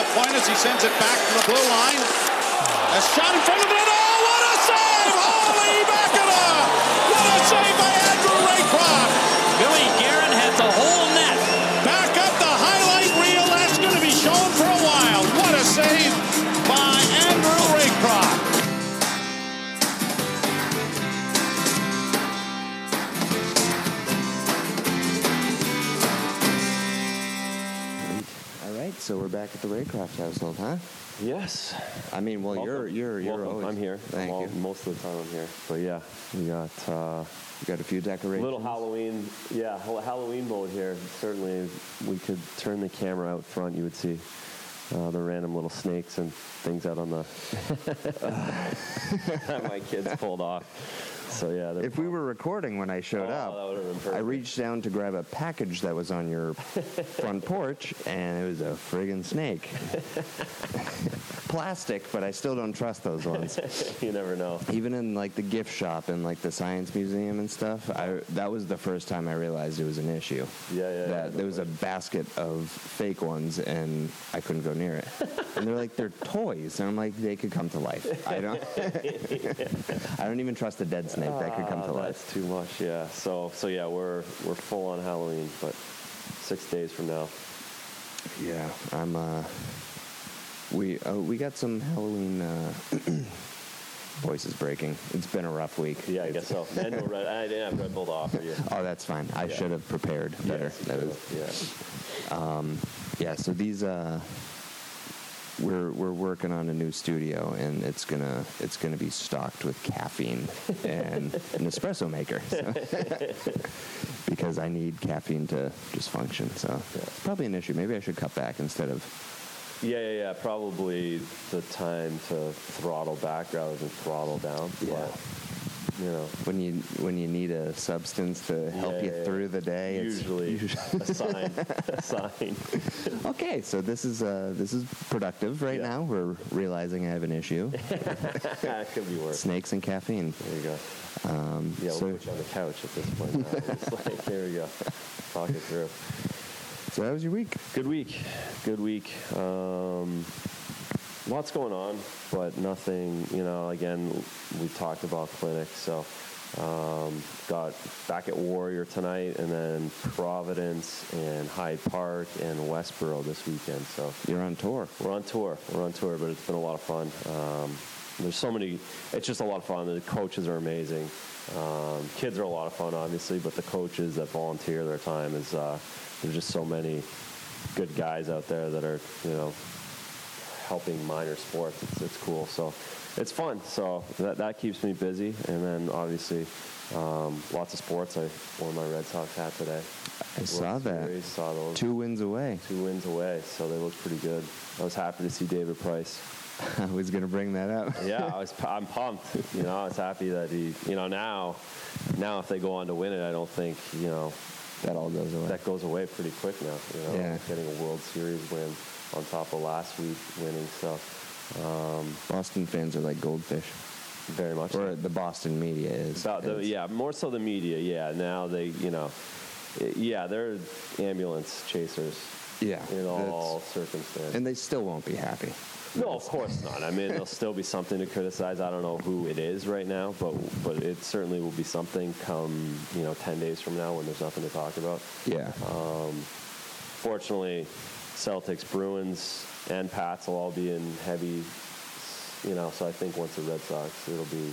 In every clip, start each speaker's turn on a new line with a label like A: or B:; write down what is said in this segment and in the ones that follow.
A: as he sends it back to the blue line. A shot in front of it. Oh, what a save! Holy mackerel! What a save by Andrew Raycroft!
B: Billy Guerin had the whole net.
A: Back up the highlight reel. That's going to be shown for a while. What a save by Andrew Raycroft!
C: All right, so we're back at the Raycroft household, huh?
D: Yes.
C: I mean, well, you're
D: Welcome.
C: you're you're
D: Welcome.
C: always.
D: I'm here.
C: Thank
D: I'm all-
C: you.
D: Most of the time I'm here. But yeah, we got uh,
C: You got a few decorations.
D: little Halloween. Yeah, ha- Halloween mode here. Certainly, if we could turn the camera out front. You would see uh, the random little snakes and things out on the. that my kids pulled off. So yeah. they're
C: If we were recording when I
D: Oh,
C: showed
D: that
C: up,
D: would have been perfect.
C: I reached down to grab a package that was on your front porch, and it was a friggin' snake. Plastic, but I still don't trust those ones.
D: you never know.
C: Even in like the gift shop and like the science museum and stuff, I, that was the first time I realized it was an issue.
D: Yeah, yeah, yeah,
C: That there was a
D: definitely.
C: basket of fake ones, and I couldn't go near it. and they're like they're toys, and I'm like they could come to life. I don't. I don't even trust a dead snake that could come
D: Ah,
C: to life.
D: that's too much. Yeah. So so yeah, we're we're full on Halloween, but six days from now.
C: Yeah, I'm. Uh, we oh, we got some Halloween uh, voices breaking. It's been a rough week.
D: Yeah, I guess so. And no Red, I didn't have Red Bull to offer you.
C: Oh, that's fine. I
D: Yeah.
C: should have prepared better.
D: Yes,
C: That
D: you
C: was-
D: do. yeah.
C: yeah so these uh we're we're working on a new studio and it's gonna it's gonna be stocked with caffeine and an espresso maker so. because i need caffeine to just function so it's probably an issue maybe i should cut back instead of
D: Yeah, yeah, yeah. Probably the time to throttle back rather than throttle down.
C: Yeah.
D: But, you know,
C: when you when you need a substance to help
D: Yeah,
C: you
D: yeah, yeah.
C: through the day it's
D: usually a sign. A sign.
C: okay so this is uh this is productive right
D: Yeah.
C: now we're realizing i have an issue
D: it could be worse.
C: snakes and caffeine
D: There you go.
C: um
D: Yeah,
C: so-
D: we'll put you on the couch at this point. Now. It's like, there we go. Talk it through.
C: so that was your week
D: Good week. Good week. Um, lots going on, but nothing, you know, again, we talked about clinics. So um, got back at Warrior tonight and then Providence and Hyde Park and Westboro this weekend. So
C: you're on tour
D: we're on tour. We're on tour, but it's been a lot of fun. Um, there's so many. It's just a lot of fun. The coaches are amazing. Um, kids are a lot of fun, obviously, but the coaches that volunteer their time is uh, there's just so many good guys out there that are you know helping minor sports. It's, it's cool. So it's fun. So that, that keeps me busy. And then obviously um, lots of sports. I wore my Red Sox hat today.
C: I saw that.
D: Series, saw those
C: Two wins away.
D: two wins away, so they look pretty good. I was happy to see David Price.
C: I was going to bring that up.
D: Yeah, I was. pu- I'm pumped. You know, I was happy that he. You know, now, now if they go on to win it, I don't think you know
C: That all goes away.
D: that goes away pretty quick now. You know,
C: Yeah.
D: getting a World Series win on top of last week winning, so
C: Boston fans are like goldfish,
D: very much. so.
C: or the Boston media is.
D: About the,
C: It's-
D: yeah, more so the media. Yeah, now they, you know, i- yeah, they're ambulance chasers
C: yeah.
D: in all
C: that's-
D: circumstances.
C: and they still won't be happy.
D: No, of course not. I mean, there'll still be something to criticize. I don't know who it is right now, but but it certainly will be something come you know ten days from now when there's nothing to talk about.
C: Yeah.
D: Fortunately, Celtics, Bruins, and Pats will all be in heavy, you know. So I think once the Red Sox, it'll be,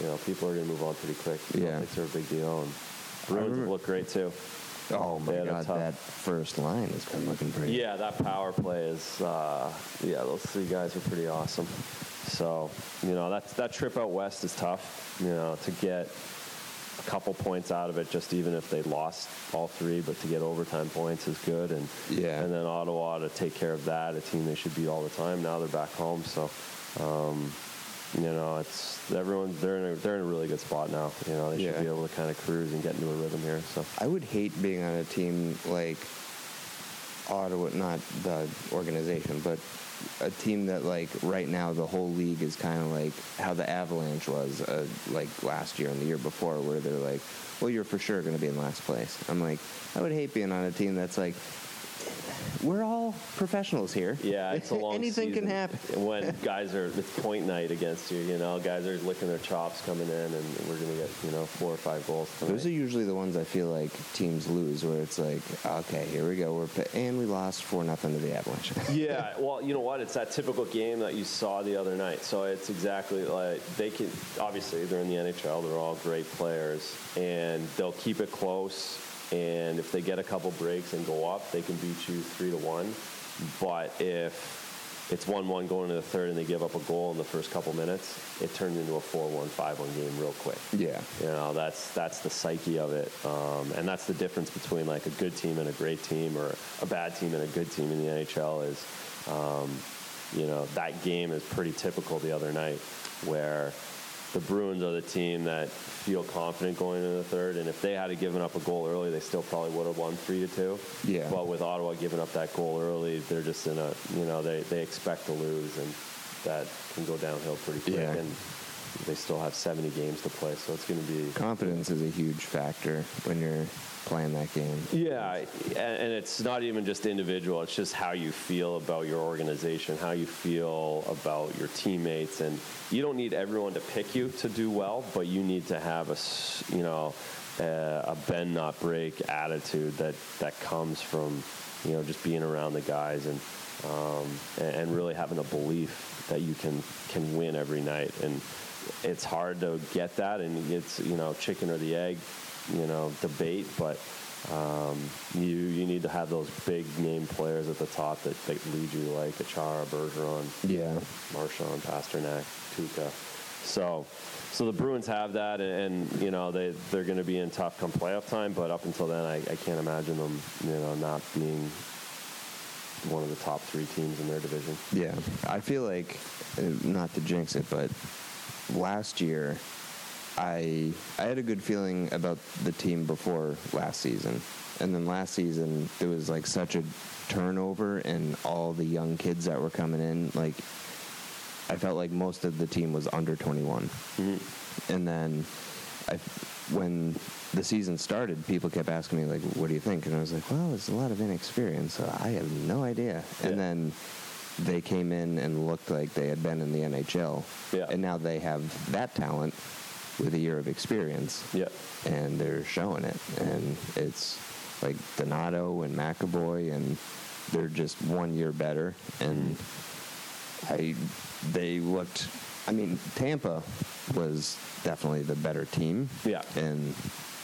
D: you know, people are going to move on pretty quick. The
C: Yeah.
D: Celtics are a big deal, and Bruins
C: remember-
D: look great too.
C: oh
D: they
C: my
D: had a
C: God,
D: tough-
C: that first line has been looking pretty.
D: Yeah, that power play is. Uh, yeah, those three guys are pretty awesome. So you know that that trip out west is tough. You know to get a couple points out of it, just even if they lost all three, but to get overtime points is good. And
C: Yeah.
D: and then Ottawa to take care of that, a team they should beat all the time. Now they're back home, so. Um, you know, it's everyone's they're in a, they're in a really good spot now. You know, they should
C: Yeah.
D: be able to kind of cruise and get into a rhythm here. So
C: I would hate being on a team like Ottawa, not the organization, but a team that like right now the whole league is kind of like how the Avalanche was uh, like last year and the year before, where they're like, "Well, you're for sure going to be in last place." I'm like, I would hate being on a team that's like, we're all professionals here.
D: Yeah, it's a long
C: Anything can
D: season.
C: happen.
D: When guys are, it's point night against you, you know, guys are licking their chops coming in, and we're going to get, you know, four or five goals tonight.
C: Those are usually the ones I feel like teams lose, where it's like, okay, here we go, we're pa- and we lost four nothing to the Avalanche.
D: yeah, well, you know what? It's that typical game that you saw the other night. So it's exactly like they can. Obviously, they're in the NHL. They're all great players, and they'll keep it close. And if they get a couple breaks and go up, they can beat you three to one. But if it's one-one going into the third, and they give up a goal in the first couple minutes, it turns into a 4-1, 5-1 game real quick.
C: yeah,
D: You know, that's that's the psyche of it, um, and that's the difference between like a good team and a great team, or a bad team and a good team in the NHL. Is um, you know that game is pretty typical the other night, where the Bruins are the team that feel confident going into the third, and if they had given up a goal early, they still probably would have won three to two.
C: Yeah.
D: But with Ottawa giving up that goal early, they're just in a you know they they expect to lose, and that can go downhill pretty quick.
C: Yeah.
D: And they still have 70 games to play, so it's going to be.
C: confidence is a huge factor when you're playing that game.
D: Yeah, and, and it's not even just individual. It's just how you feel about your organization, how you feel about your teammates, and you don't need everyone to pick you to do well, but you need to have a s- you know a, a bend not break attitude that that comes from you know just being around the guys and um, and, and really having a belief that you can can win every night and. It's hard to get that, and it's you know chicken or the egg, you know debate. But um, you you need to have those big name players at the top that, that lead you, like Achara, Bergeron,
C: Yeah,
D: Marshawn, Pasternak, Kuka. So, so the Bruins have that, and, and you know they they're going to be in tough come playoff time. But up until then, I, I can't imagine them, you know, not being one of the top three teams in their division.
C: yeah. I feel like, uh, not to jinx it, but last year, I I had a good feeling about the team before last season, and then last season there was like such a turnover, and all the young kids that were coming in, like I felt like most of the team was under 21. And then I, when the season started, people kept asking me, like, what do you think? And I was like, well, it's a lot of inexperience. So I have no idea.
D: Yeah.
C: And then they came in and looked like they had been in the NHL.
D: Yeah.
C: And now they have that talent with a year of experience.
D: Yeah,
C: And they're showing it. And it's like Donato and McAvoy, and they're just one year better. And
D: Mm-hmm.
C: I, they looked. I mean, Tampa was definitely the better team.
D: Yeah.
C: And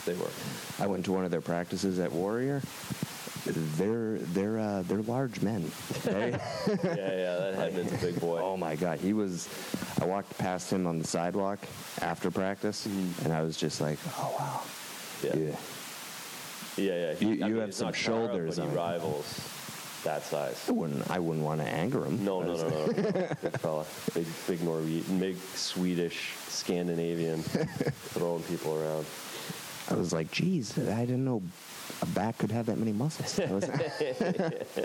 D: they were.
C: I went to one of their practices at Warrior. They're they're uh, they're large men. They-
D: yeah, yeah, that Hedman's a big boy.
C: Oh my god, he was. I walked past him on the sidewalk after practice, and I was just like, oh wow.
D: Mm-hmm. yeah, yeah, yeah.
C: You- you
D: mean,
C: have
D: he's
C: some
D: not Chara,
C: shoulders
D: but
C: on
D: he
C: him.
D: rivals that size.
C: I wouldn't. I wouldn't want to anger him.
D: No,
C: I
D: no,
C: was
D: no, no, no. Good fella. Big, big Norwegian, big Swedish, Scandinavian, throwing people around.
C: I was like, geez, I didn't know a back could have that many muscles. I was-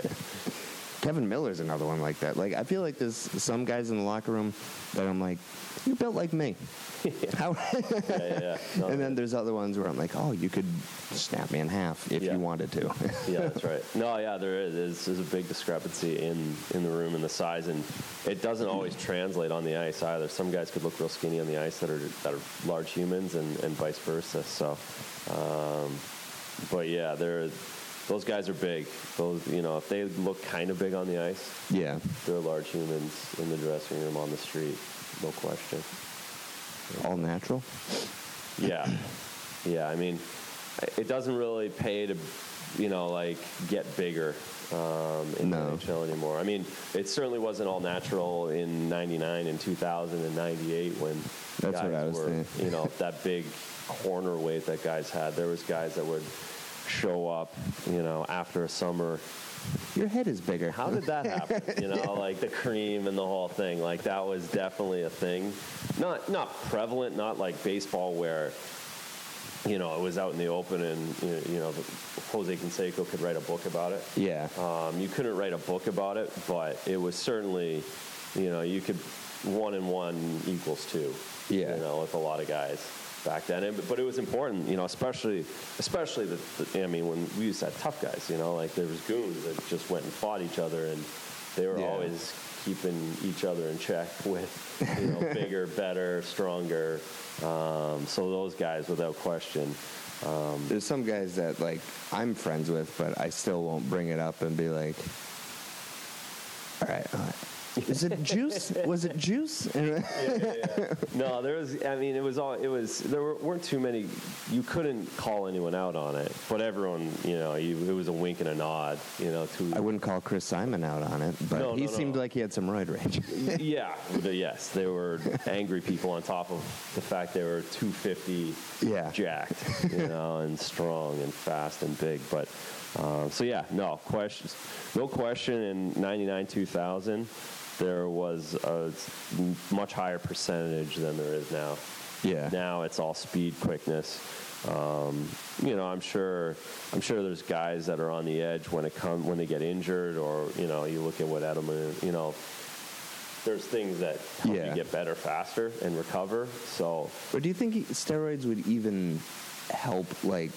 C: Kevin Miller's another one like that. Like, I feel like there's some guys in the locker room that I'm like, you're built like me. How?
D: Yeah, yeah, yeah. No,
C: and then there's other ones where I'm like, oh, you could snap me in half if
D: Yeah.
C: you wanted to.
D: yeah, that's right. No, yeah, there is. There's, there's a big discrepancy in, in the room and the size, and it doesn't always translate on the ice either. Some guys could look real skinny on the ice that are that are large humans, and, and vice versa. So, um, but yeah, they're those guys are big. Those you know, if they look kind of big on the ice,
C: yeah.
D: they're large humans in the dressing room on the street, no question.
C: All natural.
D: Yeah, yeah. I mean, it doesn't really pay to, you know, like get bigger um, in
C: No.
D: the NHL anymore. I mean, it certainly wasn't all natural in '99 and 2000 and '98 when
C: That's
D: guys
C: what I was
D: were,
C: thinking.
D: you know, that big corner weight that guys had. There was guys that would show up, you know, after a summer
C: Your head is bigger.
D: how did that happen? You know, like the cream and the whole thing. Like that was definitely a thing. Not not prevalent, not like baseball where you know, it was out in the open and you know, you know Jose Canseco could write a book about it.
C: Yeah.
D: Um, you couldn't write a book about it, but it was certainly, you know, you could one and one equals two.
C: Yeah.
D: You know, with a lot of guys. back then. And, but it was important, you know, especially especially the, the I mean when we used to have tough guys, you know, like there was goons that just went and fought each other, and they were
C: Yeah.
D: always keeping each other in check with you know bigger, better, stronger. Um, so those guys, without question,
C: There's some guys that like I'm friends with, but I still won't bring it up and be like, "All right, all right. is it juice? Was it juice?" And-
D: No, there was. I mean, it was all. It was. There were, weren't too many. You couldn't call anyone out on it, but everyone, you know, you, it was a wink and a nod, you know. To
C: I wouldn't call Chris Simon out on it, but
D: No,
C: he
D: no, no.
C: seemed like he had some roid rage.
D: yeah, the- yes, they were angry people. On top of the fact they were 250,
C: Yeah.
D: jacked, you know, and strong and fast and big. But um, so yeah, no questions, no question. In '99, 2000, there was a much higher percentage than there is now.
C: yeah,
D: Now it's all speed, quickness. Um, you know, I'm sure. I'm sure there's guys that are on the edge when it come when they get injured, or you know, you look at what Edelman. You know, there's things that help
C: Yeah.
D: you get better faster and recover. So
C: Or do you think steroids would even help, like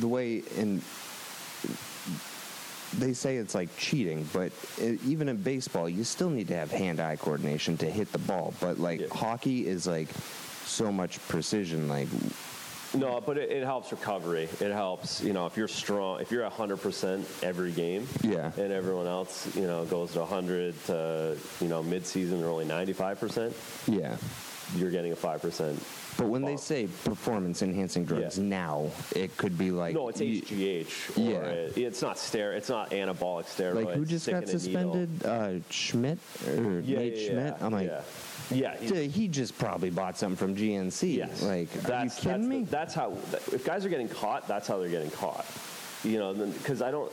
C: the way in? They say it's like cheating, but i even in baseball, you still need to have hand-eye coordination to hit the ball. But like
D: Yeah.
C: hockey is like so much precision. Like
D: no, but it, it helps recovery. It helps. You know, if you're strong, if you're 100% every game,
C: yeah,
D: and everyone else, you know, goes to 100 to you know midseason they're only 95%,
C: yeah.
D: you're getting a 5%.
C: But when they
D: Well-
C: say performance-enhancing drugs
D: Yeah.
C: now, it could be like
D: No, it's
C: you-
D: HGH. Or
C: Yeah.
D: it- it's not stero. It's not anabolic steroids.
C: Like who just got
D: sticking a needle.
C: suspended? Uh, Schmidt or
D: Yeah,
C: Nate
D: yeah,
C: Schmidt?
D: yeah,
C: I'm like,
D: yeah, yeah. he's-
C: Dude, he just probably bought something from GNC.
D: yes.
C: Like, are you
D: that's,
C: kidding
D: that's
C: me?
D: The, that's how. If guys are getting caught, that's how they're getting caught. You know, because I don't.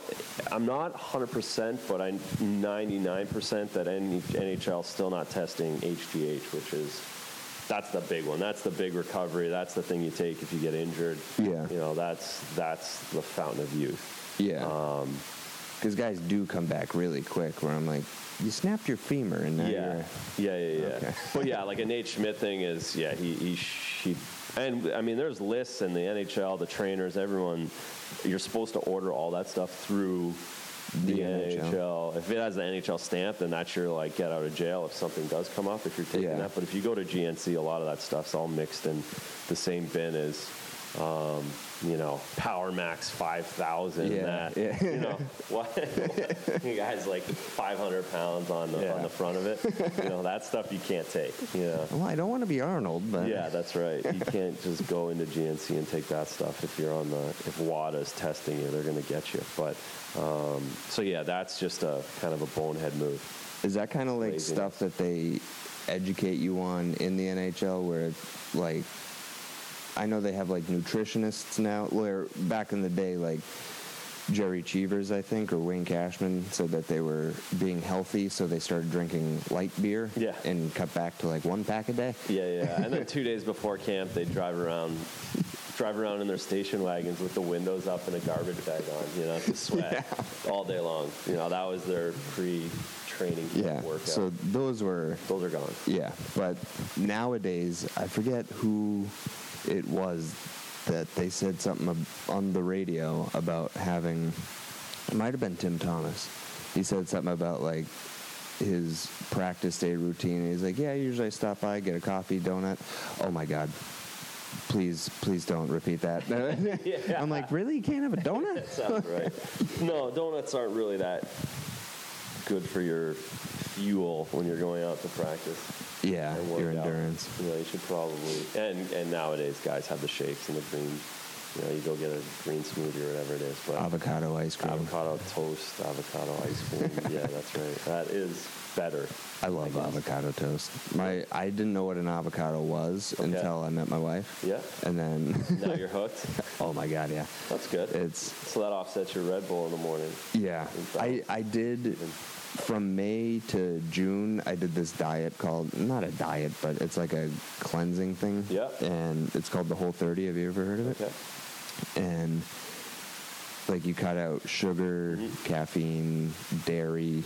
D: I'm not 100, percent but I'm 99 percent that NHL is still not testing HGH, which is. That's the big one. That's the big recovery. That's the thing you take if you get injured.
C: Yeah.
D: You know, that's that's the fountain of youth.
C: yeah.
D: um,
C: Because guys do come back really quick where I'm like, you snapped your femur and now
D: Yeah,
C: you're.
D: yeah, yeah, yeah.
C: Okay.
D: but yeah, like a Nate Schmidt thing is, yeah, he, he, he, and I mean, there's lists in the NHL, the trainers, everyone. You're supposed to order all that stuff through the,
C: The
D: NHL.
C: NHL.
D: If it has the NHL stamp, then that's your like get out of jail if something does come up. If you're taking
C: Yeah.
D: that, but if you go to GNC, a lot of that stuff's all mixed in the same bin as. Um, you know, Power Max 5000,
C: Yeah,
D: that,
C: yeah.
D: you know, what, you guys like 500 pounds on the,
C: Yeah.
D: on the front of it. You know, that stuff you can't take. Yeah.
C: Well, I don't want to be Arnold, but.
D: Yeah, that's right. You can't just go into GNC and take that stuff if you're on the if WADA's testing you, they're going to get you. But um, so yeah, that's just a kind of a bonehead move.
C: Is that kind of like
D: Craziness.
C: stuff that they educate you on in the NHL where, like, I know they have like nutritionists now, where back in the day, like, Jerry Cheevers, I think, or Wayne Cashman said that they were being healthy, so they started drinking light beer
D: Yeah.
C: and cut back to like one pack a day.
D: Yeah, yeah. And then two days before camp, they drive around, drive around in their station wagons with the windows up and a garbage bag on, you know, to sweat all day long. You know, that was their pre-training camp
C: Yeah.
D: workout.
C: So those were
D: those are gone.
C: yeah, but nowadays I forget who it was that they said something ab- on the radio about having it might have been Tim Thomas. He said something about like his practice day routine. He's like, "Yeah, usually I stop by, get a coffee, donut." Oh my god. Please, please don't repeat that. I'm like, really? You can't have a donut?
D: Sounds right. No, donuts aren't really that good for your fuel when you're going out to practice.
C: Yeah,
D: and work
C: your
D: out.
C: endurance.
D: You know, you should probably and and nowadays guys have the shakes and the green. You know, you go get a green smoothie or whatever it is. But
C: Avocado ice cream.
D: avocado toast, avocado ice cream. yeah, that's right. That is better.
C: I love avocado toast. My I didn't know what an avocado was until I met my wife.
D: Yeah.
C: And then
D: Now you're hooked.
C: oh my god, yeah.
D: That's good.
C: It's
D: so that offsets your Red Bull in the morning.
C: yeah. I I did from May to June I did this diet called not a diet, but it's like a cleansing thing.
D: Yeah.
C: And it's called the whole 30. Have you ever heard of it?
D: Okay.
C: and like you cut out sugar,
D: Mm-hmm.
C: caffeine, dairy,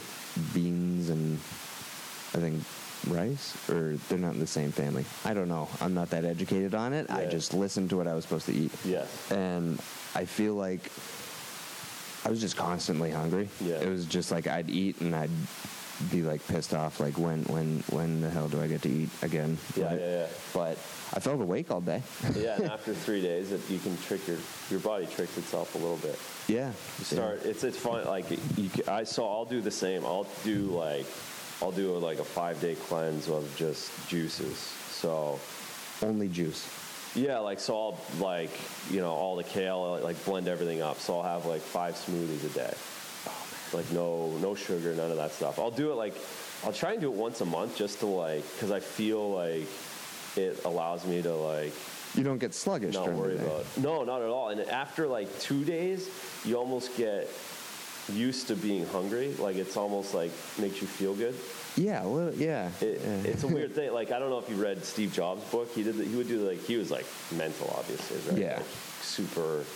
C: beans, and I think rice, or they're not in the same family. I don't know. I'm not that educated on it. I
D: Yeah.
C: just listened to what I was supposed to eat.
D: Yes.
C: And I feel like I was just constantly hungry.
D: Yeah.
C: It was just like I'd eat and I'd be like pissed off, like when when when the hell do I get to eat again?
D: Yeah,
C: Right?
D: yeah, yeah.
C: But I felt awake all day.
D: yeah, and after three days, it, you can trick your your body tricks itself a little bit.
C: yeah.
D: You start. It's it's fun. Like you, ca- I saw. I'll do the same. I'll do like I'll do like a five day cleanse of just juices. So
C: Only juice.
D: yeah, like so I'll like you know all the kale. I'll, like blend everything up. So I'll have like five smoothies a day. Like no no sugar, none of that stuff. I'll do it like I'll try and do it once a month just to like because I feel like it allows me to like
C: You don't get sluggish.
D: not
C: during
D: worry
C: the day.
D: about. it. No, not at all. And after like two days, you almost get used to being hungry. Like it's almost like makes you feel good.
C: Yeah, well, yeah.
D: It,
C: yeah.
D: It's a weird thing. Like I don't know if you read Steve Jobs' book. He did. The, he would do like he was like mental, obviously, right?
C: Yeah.
D: Like, super.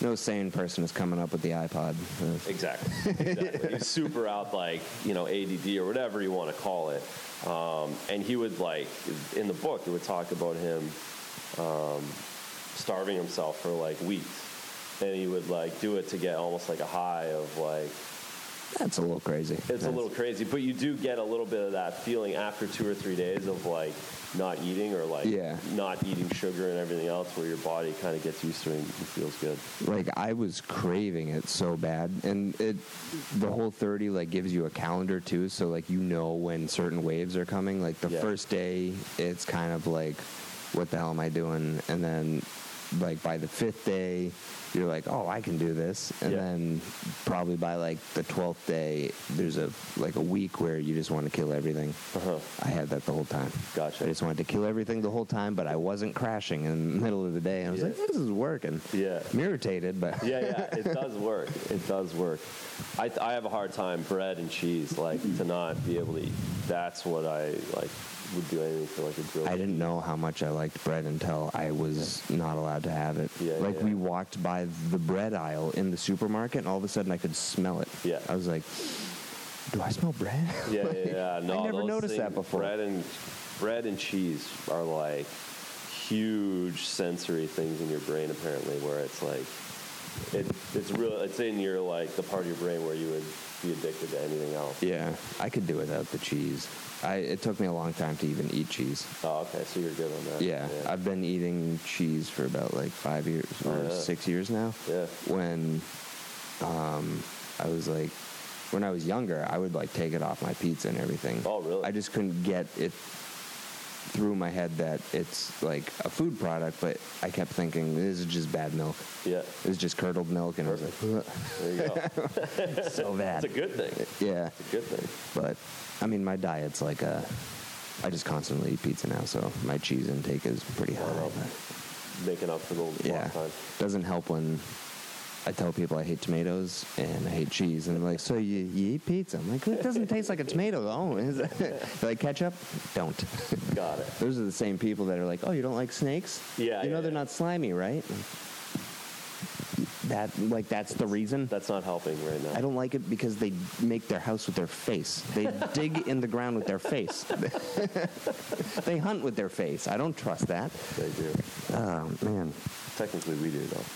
C: no sane person is coming up with the iPod. Uh,
D: Exactly. exactly. He's super out, like, you know, ADD or whatever you want to call it. Um, and he would, like, in the book, it would talk about him um, starving himself for, like, weeks. And he would, like, do it to get almost like a high of, like,
C: That's a little crazy.
D: it's a little crazy. But you do get a little bit of that feeling after two or three days of, like, not eating or, like,
C: Yeah.
D: not eating sugar and everything else where your body kind of gets used to it and feels good.
C: like I was craving it so bad, and it the whole thirty like gives you a calendar too, so like you know when certain waves are coming. Like the
D: Yeah.
C: first day, it's kind of like, what the hell am I doing? And then like by the fifth day, you're like, oh, I can do this. And
D: Yeah.
C: then probably by like the twelfth day, there's a like a week where you just want to kill everything.
D: Uh-huh.
C: I had that the whole time.
D: Gotcha.
C: I just wanted to kill everything the whole time, but I wasn't crashing in the middle of the day. I was
D: Yeah.
C: like, this is working.
D: Yeah.
C: I'm irritated, but
D: yeah, yeah, it does work. It does work. I, I have a hard time bread and cheese, like
C: Mm-hmm.
D: to not be able to. eat. That's what I like would do anything for like a grill.
C: I didn't know how much I liked bread until I was not allowed to have it.
D: Yeah,
C: like
D: yeah.
C: we walked by the bread aisle in the supermarket, and all of a sudden I could smell it.
D: Yeah.
C: I was like, do I smell bread?
D: Yeah, yeah, yeah. No,
C: never
D: those
C: noticed that
D: things-
C: before.
D: Bread and bread and cheese are like huge sensory things in your brain, apparently, where it's like it, it's real. It's in your like the part of your brain where you would be addicted to anything else.
C: yeah, I could do without the cheese. I, it took me a long time to even eat cheese.
D: Oh, okay, so you're good on that.
C: Yeah, I've been eating cheese for about like five years or
D: Yeah.
C: six years now.
D: Yeah.
C: When um, I was like, when I was younger, I would like take it off my pizza and everything.
D: Oh, really?
C: I just couldn't get it through my head that it's like a food product, but I kept thinking this is just bad milk.
D: yeah.
C: It's just curdled milk, and I was like,
D: There you go.
C: "Ugh, so bad.
D: It's a good thing.
C: yeah,
D: Good thing.
C: but I mean, my diet's like a. I just constantly eat pizza now, so my cheese intake is pretty high.
D: Wow.
C: but-
D: making up for the lost
C: Yeah.
D: time.
C: Doesn't help when I tell people I hate tomatoes and I hate cheese, and they're like, "So you, you eat pizza?" I'm like, "It doesn't taste like a tomato, though." Is it? They're like ketchup? Don't.
D: Got it.
C: Those are the same people that are like, "Oh, you don't like snakes?
D: Yeah,
C: You know
D: yeah,
C: they're
D: yeah.
C: not slimy, right?" That like that's the reason.
D: That's not helping right now.
C: I don't like it because they make their house with their face. They dig in the ground with their face. they hunt with their face. I don't trust that.
D: They do.
C: Oh man.
D: Technically, we do though.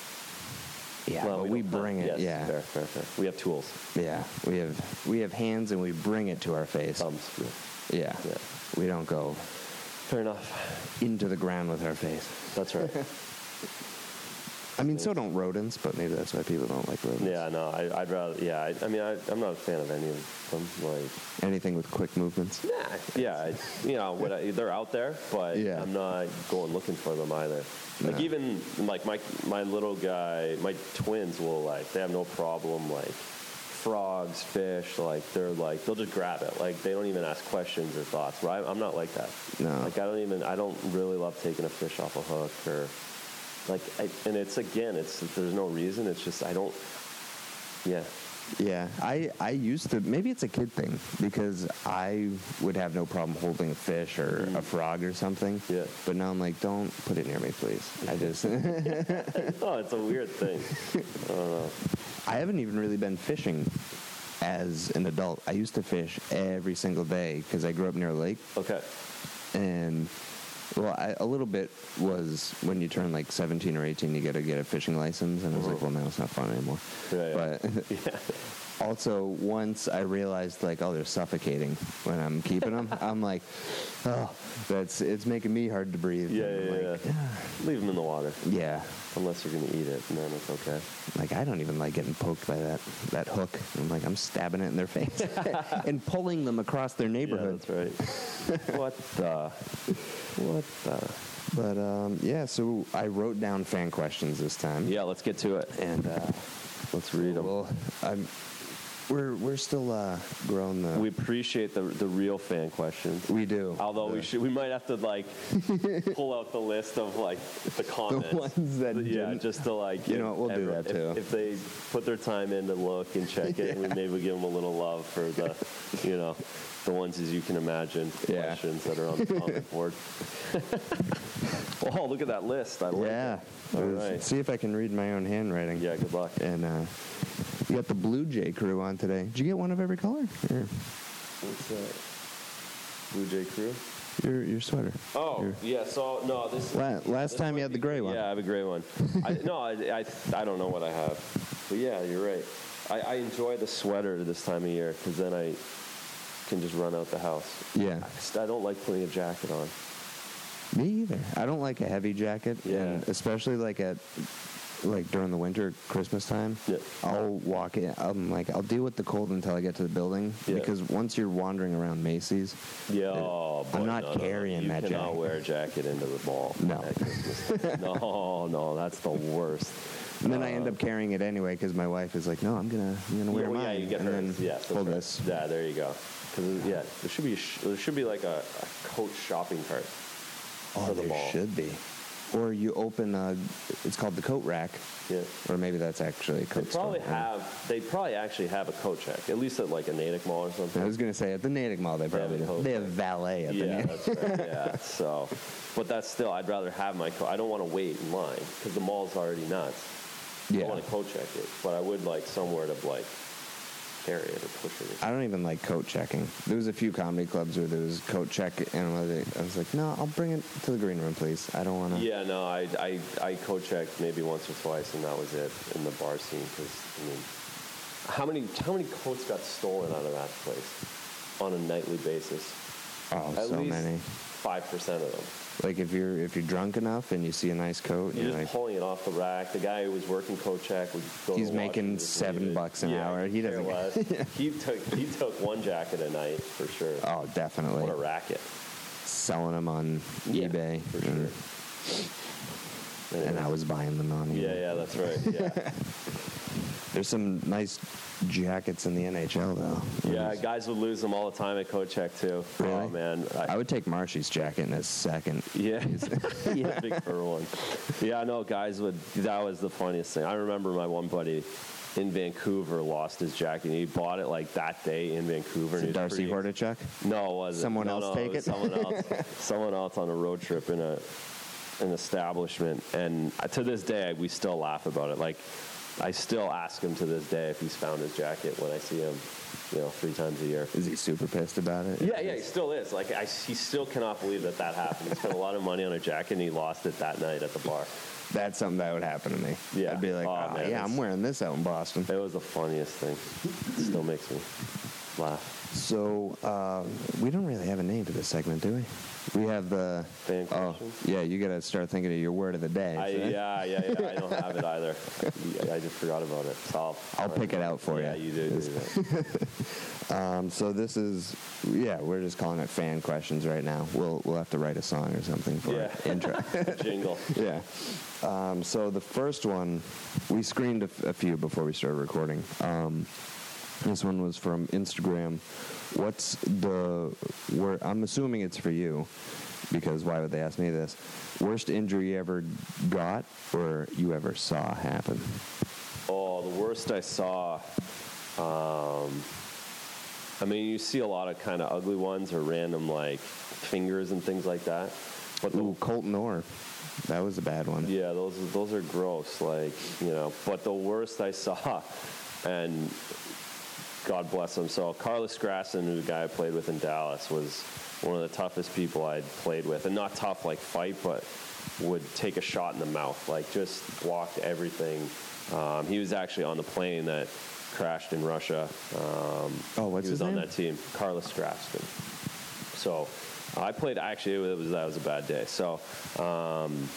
C: Yeah, but we,
D: don't-
C: bring it.
D: Yes,
C: yeah.
D: Fair, fair, fair. We have tools.
C: Yeah, we have we have hands and we bring it to our face.
D: Thumbs. yeah.
C: yeah.
D: Oh. yeah.
C: we don't go
D: Fair enough.
C: into the ground with our face.
D: That's right.
C: I mean, so don't rodents, but maybe that's why people don't like rodents.
D: yeah. No. I, I'd rather. Yeah. I, I mean, I, I'm not a fan of any of them. Like.
C: anything with quick movements.
D: Nah. Yeah. I, you know. What I, they're out there, but
C: Yeah.
D: I'm not going looking for them either. Like
C: No.
D: even like my my little guy, my twins will like they have no problem like frogs, fish, like they're like they'll just grab it. Like they don't even ask questions or thoughts. Right? I'm not like that.
C: No.
D: Like I don't even I don't really love taking a fish off a hook or like I, and it's again it's there's no reason. It's just I don't. Yeah.
C: Yeah, I I used to maybe it's a kid thing because I would have no problem holding a fish or a frog or something.
D: Mm. Yeah.
C: but now I'm like, don't put it near me, please. I just
D: Oh, it's a weird thing.
C: I haven't even really been fishing as an adult. I used to fish every single day because I grew up near a lake,
D: Okay.
C: and well, I, a little bit was when you turn like 17 or 18, you got to get a fishing license, and I was like,
D: Uh-huh.
C: well, now it's not fun anymore.
D: Yeah, yeah.
C: But also, once I realized like, oh, they're suffocating when I'm keeping them, I'm like, oh, that's it's making me hard to breathe.
D: Yeah,
C: And I'm
D: yeah,
C: like,
D: yeah. Leave them in the water
C: yeah.
D: unless you're going to eat it, and then it's okay.
C: Like I don't even like getting poked by that that hook. I'm like I'm stabbing it in their face and pulling them across their neighborhood.
D: Yeah, that's right. what the? What the?
C: But um, yeah, so I wrote down fan questions this time.
D: Yeah, let's get to it.
C: and uh,
D: Let's read them.
C: well, I'm we're we're still uh, growing the
D: we appreciate the the real fan questions.
C: we do
D: Although we should, we might have to like pull out the list of like the comments.
C: ones that
D: yeah,
C: didn't.
D: just to like
C: You
D: if
C: know what, we'll do
D: everyone-
C: that too.
D: If, if they put their time in to look and check it, we maybe give them a little love for the, you know, the ones as you can imagine
C: Yeah.
D: questions that are on the comment board. oh, look at that list! I like
C: yeah.
D: it. All
C: Let's
D: right.
C: See if I can read my own handwriting.
D: Yeah, good luck.
C: And uh, you got the Blue Jay crew on today. Did you get one of every color? Here,
D: What's that? Blue Jay Crew.
C: your your sweater.
D: Oh
C: Your-
D: yeah, so no, this.
C: La- last
D: this
C: time
D: might
C: you had
D: be-
C: the gray one.
D: Yeah, I have a gray one. I, no, I, I, I don't know what I have, but yeah, you're right. I, I enjoy the sweater this time of year because then I can just run out the house.
C: Yeah.
D: I just- I don't like putting a jacket on.
C: Me either. I don't like a heavy jacket.
D: Yeah.
C: And especially like at like during the winter, Christmas time.
D: Yeah.
C: I'll walk in. I'm like, I'll deal with the cold until I get to the building
D: Yeah.
C: because once you're wandering around Macy's,
D: Yeah, oh,
C: I'm
D: boy,
C: not
D: no, no, no.
C: carrying that
D: You cannot
C: jacket.
D: wear a jacket into the mall.
C: No.
D: at Christmas. no, no, that's the worst.
C: and then I end up carrying it anyway because my wife is like, no, I'm gonna, I'm gonna wear
D: Uh, yeah, well,
C: mine.
D: yeah, you get
C: and
D: hers.
C: then
D: yeah, that's
C: hold
D: right.
C: this.
D: Yeah, there you go. 'Cause, yeah, there should be a sh- there should be like a, a coach shopping cart.
C: Oh,
D: for the
C: there
D: mall.
C: should be. Or you open a, it's called the coat rack,
D: Yeah.
C: or maybe that's actually a coat.
D: They probably
C: store, yeah.
D: have. They probably actually have a coat check, at least at like a Natick Mall or something.
C: I was gonna say at the Natick Mall they
D: They have
C: probably
D: a
C: do.
D: coat
C: They
D: rack.
C: have valet at the
D: yeah,
C: Natick.
D: that's right. Yeah. So, but that's still. I'd rather have my coat. I don't want to wait in line because the mall's already nuts. I
C: Yeah.
D: want to coat check it, but I would like somewhere to like carry it or push it.
C: I don't even like coat checking. There was a few comedy clubs where there was coat check, and I was- I was like, no, I'll bring it to the green room, please. I don't want to.
D: Yeah, no, I, I, I co-checked maybe once or twice, and that was it in the bar scene. Because I mean, how many how many coats got stolen out of that place on a nightly basis?
C: Oh,
D: At
C: so
D: least
C: many.
D: five percent of them.
C: Like if you're if you're drunk enough and you see a nice coat,
D: You're
C: you're
D: just
C: like,
D: pulling it off the rack. The guy who was working co-check would go. to
C: He's
D: the washroom
C: making
D: and just
C: seven
D: leave it.
C: bucks an
D: Yeah,
C: hour. He
D: there
C: doesn't-
D: was. He took he took one jacket a night for sure.
C: oh,
D: What a
C: definitely
D: racket!
C: selling them on
D: Yeah,
C: eBay,
D: for
C: and,
D: sure.
C: and I was buying them on eBay.
D: Yeah, yeah, that's right. Yeah.
C: There's some nice jackets in the NHL though.
D: Yeah, guys would lose them all the time at coat check too.
C: Really?
D: Oh man, I,
C: I would take Marshy's jacket in a second.
D: yeah, yeah, big fur one. Yeah, no, guys would. That was the funniest thing. I remember my one buddy in Vancouver lost his jacket. He bought it like that day in Vancouver. and he was
C: Darcy
D: pretty-
C: Hordachuk.
D: No, it wasn't.
C: Someone
D: No,
C: else
D: no,
C: take
D: was
C: it?
D: Someone else. someone else on a road trip in a an establishment, and I- to this day we still laugh about it. Like, I still ask him to this day if he's found his jacket when I see him, you know, three times a year.
C: Is he super pissed about it?
D: Yeah, yeah, he still is. Like, I, he still cannot believe that that happened. He spent a lot of money on a jacket and he lost it that night at the bar.
C: That's something that would happen to me.
D: Yeah.
C: I'd be like,
D: Aw,
C: oh,
D: man,
C: yeah,
D: it's-
C: I'm wearing this out in Boston.
D: It was the funniest thing. It still makes me laugh.
C: So uh, we don't really have a name for this segment, do we? We have the.
D: Fan
C: oh,
D: questions?
C: yeah, you got to start thinking of your word of the day.
D: I,
C: so-
D: yeah, yeah, yeah. I don't have it either. I, I just forgot about it. So I'll,
C: I'll pick it out for
D: yeah,
C: you.
D: you do. do that.
C: Um, so this is, yeah, we're just calling it fan questions right now. We'll we'll have to write a song or something for
D: Yeah.
C: it. intro.
D: Jingle.
C: yeah. Um, so the first one, we screened a, f- a few before we started recording. Um, this one was from Instagram. What's the wor- I'm assuming it's for you because why would they ask me this? Worst injury you ever got or you ever saw happen?
D: Oh, the worst I saw. Um, I mean, you see a lot of kind of ugly ones or random like fingers and things like that. But the,
C: Ooh, Colton Orr. That was a bad one.
D: Yeah, those those are gross. Like you know, but the worst I saw, and God bless him. So Carlos Grasson, who the guy I played with in Dallas, was one of the toughest people I'd played with, and not tough like fight, but would take a shot in the mouth, like just blocked everything. Um, he was actually on the plane that crashed in Russia. Um,
C: Oh, what's
D: he was
C: his
D: on
C: name?
D: that team, Carlos Graston. So I played. Actually, it was that was a bad day. So um,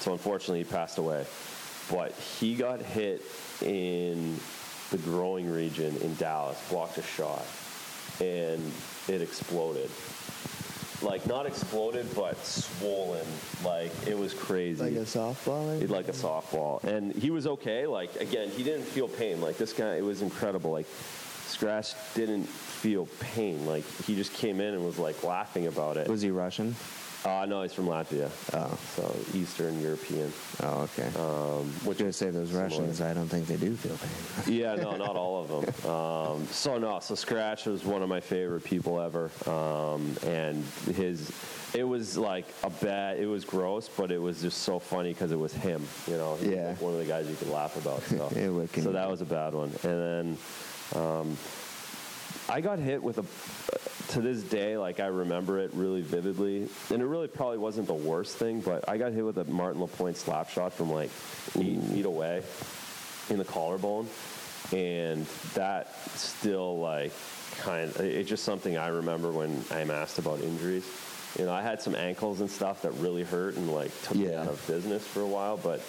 D: so unfortunately, he passed away. But he got hit in the growing region in Dallas, blocked a shot, and it exploded. Like not exploded, but swollen. Like it was crazy.
E: Like a softball.
D: He'd like a softball. And he was okay. Like, again, he didn't feel pain. Like, this guy, it was incredible. Like, Scratch didn't feel pain. Like, he just came in and was, like, laughing about it.
C: Was he Russian?
D: Uh, no, he's from Latvia. Uh,
C: Oh.
D: So, Eastern European.
C: Oh, okay.
D: Um,
C: We're
D: which
C: gonna say those
D: similar.
C: Russians. I don't think they do feel pain.
D: yeah, no, not all of them. Um, so no, so Scratch was one of my favorite people ever, um, and his, it was like a bad, it was gross, but it was just so funny because it was him. You know, he was,
C: Yeah.
D: like, one of the guys you could laugh about. So,
C: It would
D: so
C: can-
D: that was a bad one, and then. Um, I got hit with a to this day, like I remember it really vividly, and it really probably wasn't the worst thing, but I got hit with a Martin Lapointe slap shot from like eight feet away in the collarbone, and that still like kind of it's just something I remember when I'm asked about injuries. You know, I had some ankles and stuff that really hurt and like took me
C: Yeah.
D: out of business for a while, but.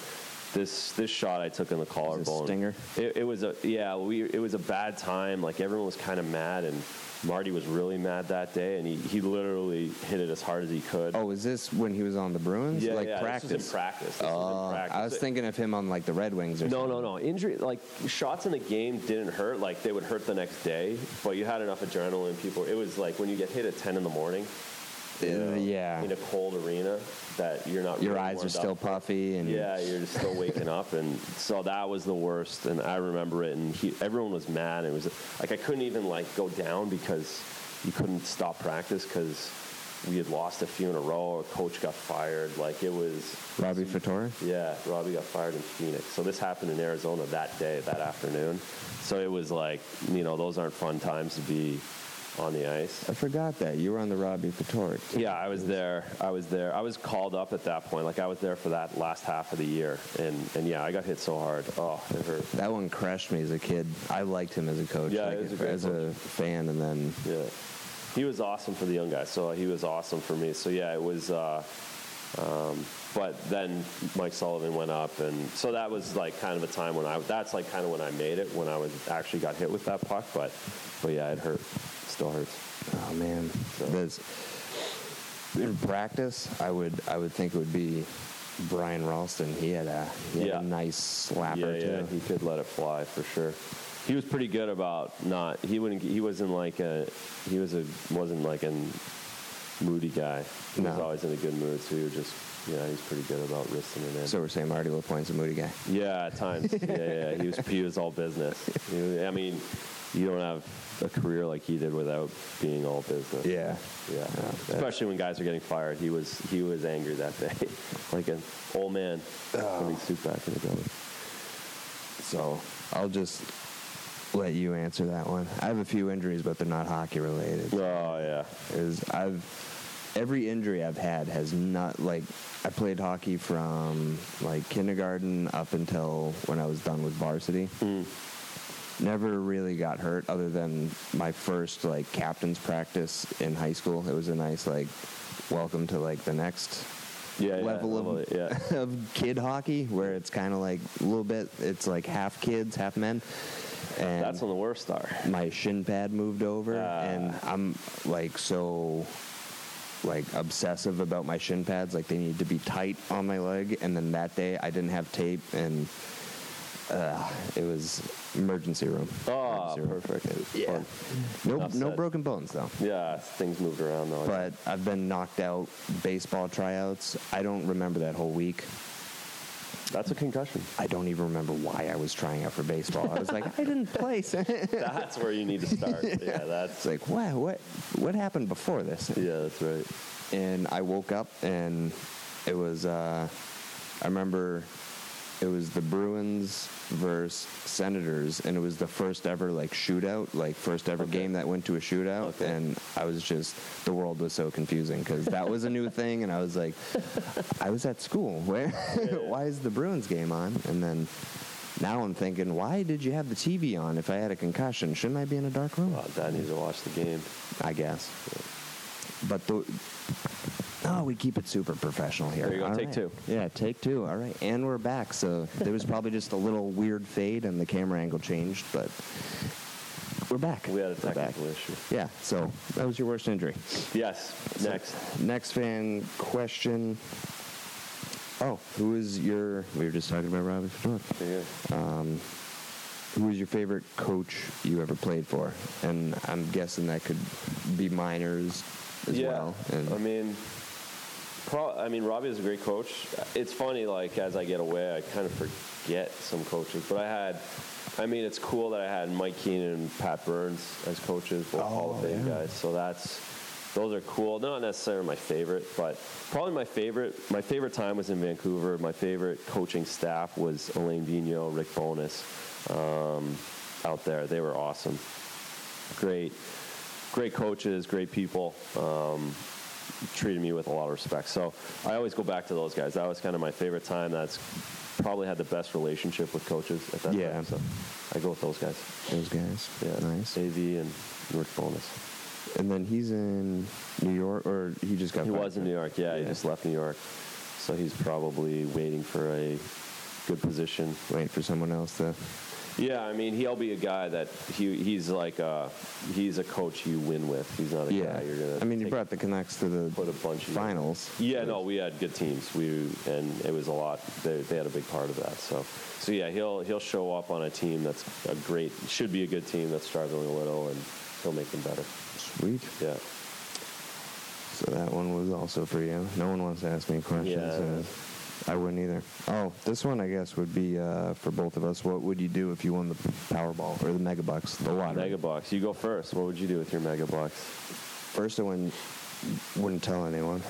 D: This, this shot I took in the collarbone.
C: stinger?
D: It, it was a yeah. We it was a bad time. Like everyone was kind of mad, and Marty was really mad that day, and he, he literally hit it as hard as he could.
C: Oh, is this when he was on the Bruins?
D: yeah,
C: like
D: yeah,
C: practice.
D: This was in practice. This was
C: Oh,
D: in practice.
C: I was
D: It-
C: thinking of him on like the Red Wings or
D: no,
C: something.
D: no, no. Injury, like shots in the game didn't hurt. Like they would hurt the next day, but you had enough adrenaline. People, it was like when you get hit at 10 in the morning. you
C: Uh,
D: know,
C: yeah.
D: In a cold arena, that you're not.
C: Your
D: really
C: eyes are
D: warmed
C: still
D: up for.
C: puffy and
D: Yeah, you're just still waking up, and so that was the worst. And I remember it, and he, everyone was mad. It was like I couldn't even like go down because you couldn't stop practice because we had lost a few in a row. Our coach got fired. Like it was.
C: Robbie Fatora.
D: Yeah, Robbie got fired in Phoenix. So this happened in Arizona that day, that afternoon. So it was like, you know, those aren't fun times to be on the ice.
C: I forgot that you were on the Robbie Fatora. team.
D: Yeah, I was there. I was there. I was called up at that point. Like I was there for that last half of the year, and and yeah, I got hit so hard. Oh, it hurt.
C: That one crushed me as a kid. I liked him as a coach.
D: Yeah,
C: like,
D: he was a
C: if-
D: great
C: as a fan, and then
D: Yeah, he was awesome for the young guys. So uh, he was awesome for me. So yeah, it was. Uh, um, but then Mike Sullivan went up, and so that was like kind of a time when I. That's like kind of when I made it when I was actually got hit with that puck. But but yeah, it hurt. Still hurts.
C: oh man, that's in practice. I would I would think it would be Brian Ralston. He had a he had
D: Yeah.
C: a nice slapper
D: yeah, yeah,
C: too.
D: he could let it fly for sure. He was pretty good about not. He wouldn't. He wasn't like a. He was a wasn't like a moody guy. He was
C: No.
D: always in a good mood, so he would just. Yeah, he's pretty good about risking it in.
C: So we're saying Marty LaPointe's a moody guy.
D: Yeah, at times. yeah, yeah. He was he was all business. He was- I mean, you don't have a career like he did without being all business.
C: Yeah,
D: Yeah.
C: that-
D: Especially when guys are getting fired. He was he was angry that day. like an old man
C: Oh.
D: putting suit back in the building.
C: So I'll just let you answer that one. I have a few injuries, but they're not hockey related.
D: Oh yeah.
C: is I've every injury I've had has not like I played hockey from like kindergarten up until when I was done with varsity. Never really got hurt other than my first like captain's practice in high school. It was a nice like welcome to like the next
D: Yeah. yeah,
C: level of,
D: it, yeah.
C: of kid hockey where it's kind of like a little bit it's like half kids, half men. And
D: That's on the worst star.
C: my shin pad moved over
D: Ah.
C: and I'm like so like obsessive about my shin pads like they need to be tight on my leg and then that day I didn't have tape and uh, it was emergency room.
D: Oh,
C: Emergency room.
D: perfect.
C: Yeah.
D: Fun.
C: No
D: Enough
C: no
D: said.
C: broken bones though.
D: Yeah, things moved around though.
C: But I've been knocked out baseball tryouts. I don't remember that whole week.
D: that's a concussion.
C: I don't even remember why I was trying out for baseball. I was like, I didn't play. it's
D: That's where you need to start. yeah, that's
C: like, what what what happened before this?
D: yeah, that's right.
C: and I woke up and it was uh, I remember It was the Bruins versus Senators, and it was the first ever like shootout, like first ever
D: Okay.
C: game that went to a shootout.
D: Okay.
C: And I was just the world was so confusing because that was a new thing, and I was like, I was at school. Where? why is the Bruins game on? And then. Now I'm thinking, why did you have the TV on? If I had a concussion, shouldn't I be in a dark room?
D: Wow, Dad needs to watch the game.
C: I guess. But the no, we keep it super professional here.
D: There you go,
C: All
D: take
C: right.
D: two.
C: Yeah, take two. All right, and we're back. So there was probably just a little weird fade and the camera angle changed, but we're back.
D: We had a
C: We're back.
D: technical issue.
C: Yeah. So that was your worst injury.
D: Yes. Next.
C: Next fan question. Oh, who is your? We were just talking about Robbie Fedor.
D: There you go.
C: Who was your favorite coach you ever played for? And I'm guessing that could be minors as
D: yeah.
C: well. And
D: I mean, pro- I mean, Robbie is a great coach. It's funny, like as I get away, I kind of forget some coaches. But I had, I mean, it's cool that I had Mike Keenan and Pat Burns as coaches, both Hall of
C: Oh,
D: Fame
C: yeah.
D: guys. So that's those are cool. Not necessarily my favorite, but probably my favorite. My favorite time was in Vancouver. My favorite coaching staff was Elaine Vigneault, Rick Bonus, um, out there. They were awesome. Great great coaches, great people, um, treated me with a lot of respect. So I always go back to those guys. That was kind of my favorite time. That's probably had the best relationship with coaches at that
C: Yeah.
D: time. So I go with those guys.
C: those guys.
D: Yeah,
C: Nice.
D: AV and Rick Bonus.
C: And then he's in New York, or he just got.
D: He
C: back.
D: was in New York. Yeah, he
C: Yeah.
D: just left New York. So he's probably waiting for a good position.
C: Wait for someone else to.
D: Yeah, I mean, he'll be a guy that he, he's like a, he's a coach you win with. He's not a
C: Yeah.
D: guy you're gonna.
C: I mean, you
D: take-
C: brought the Canucks to the
D: put a bunch of
C: finals.
D: Yeah, no, we had good teams. We and it was a lot. They, they had a big part of that. So, so yeah, he'll he'll show up on a team that's a great, should be a good team that's struggling a little, and he'll make them better.
C: Sweet.
D: Yeah,
C: So that one was also for you. No one wants to ask me questions.
D: Yeah.
C: so I wouldn't either. Oh, this one I guess would be uh, for both of us. What would you do if you won the Powerball or the Mega Bucks, the lottery?
D: mega box. You go first. What would you do with your mega box?
C: First, I wouldn't, wouldn't tell anyone.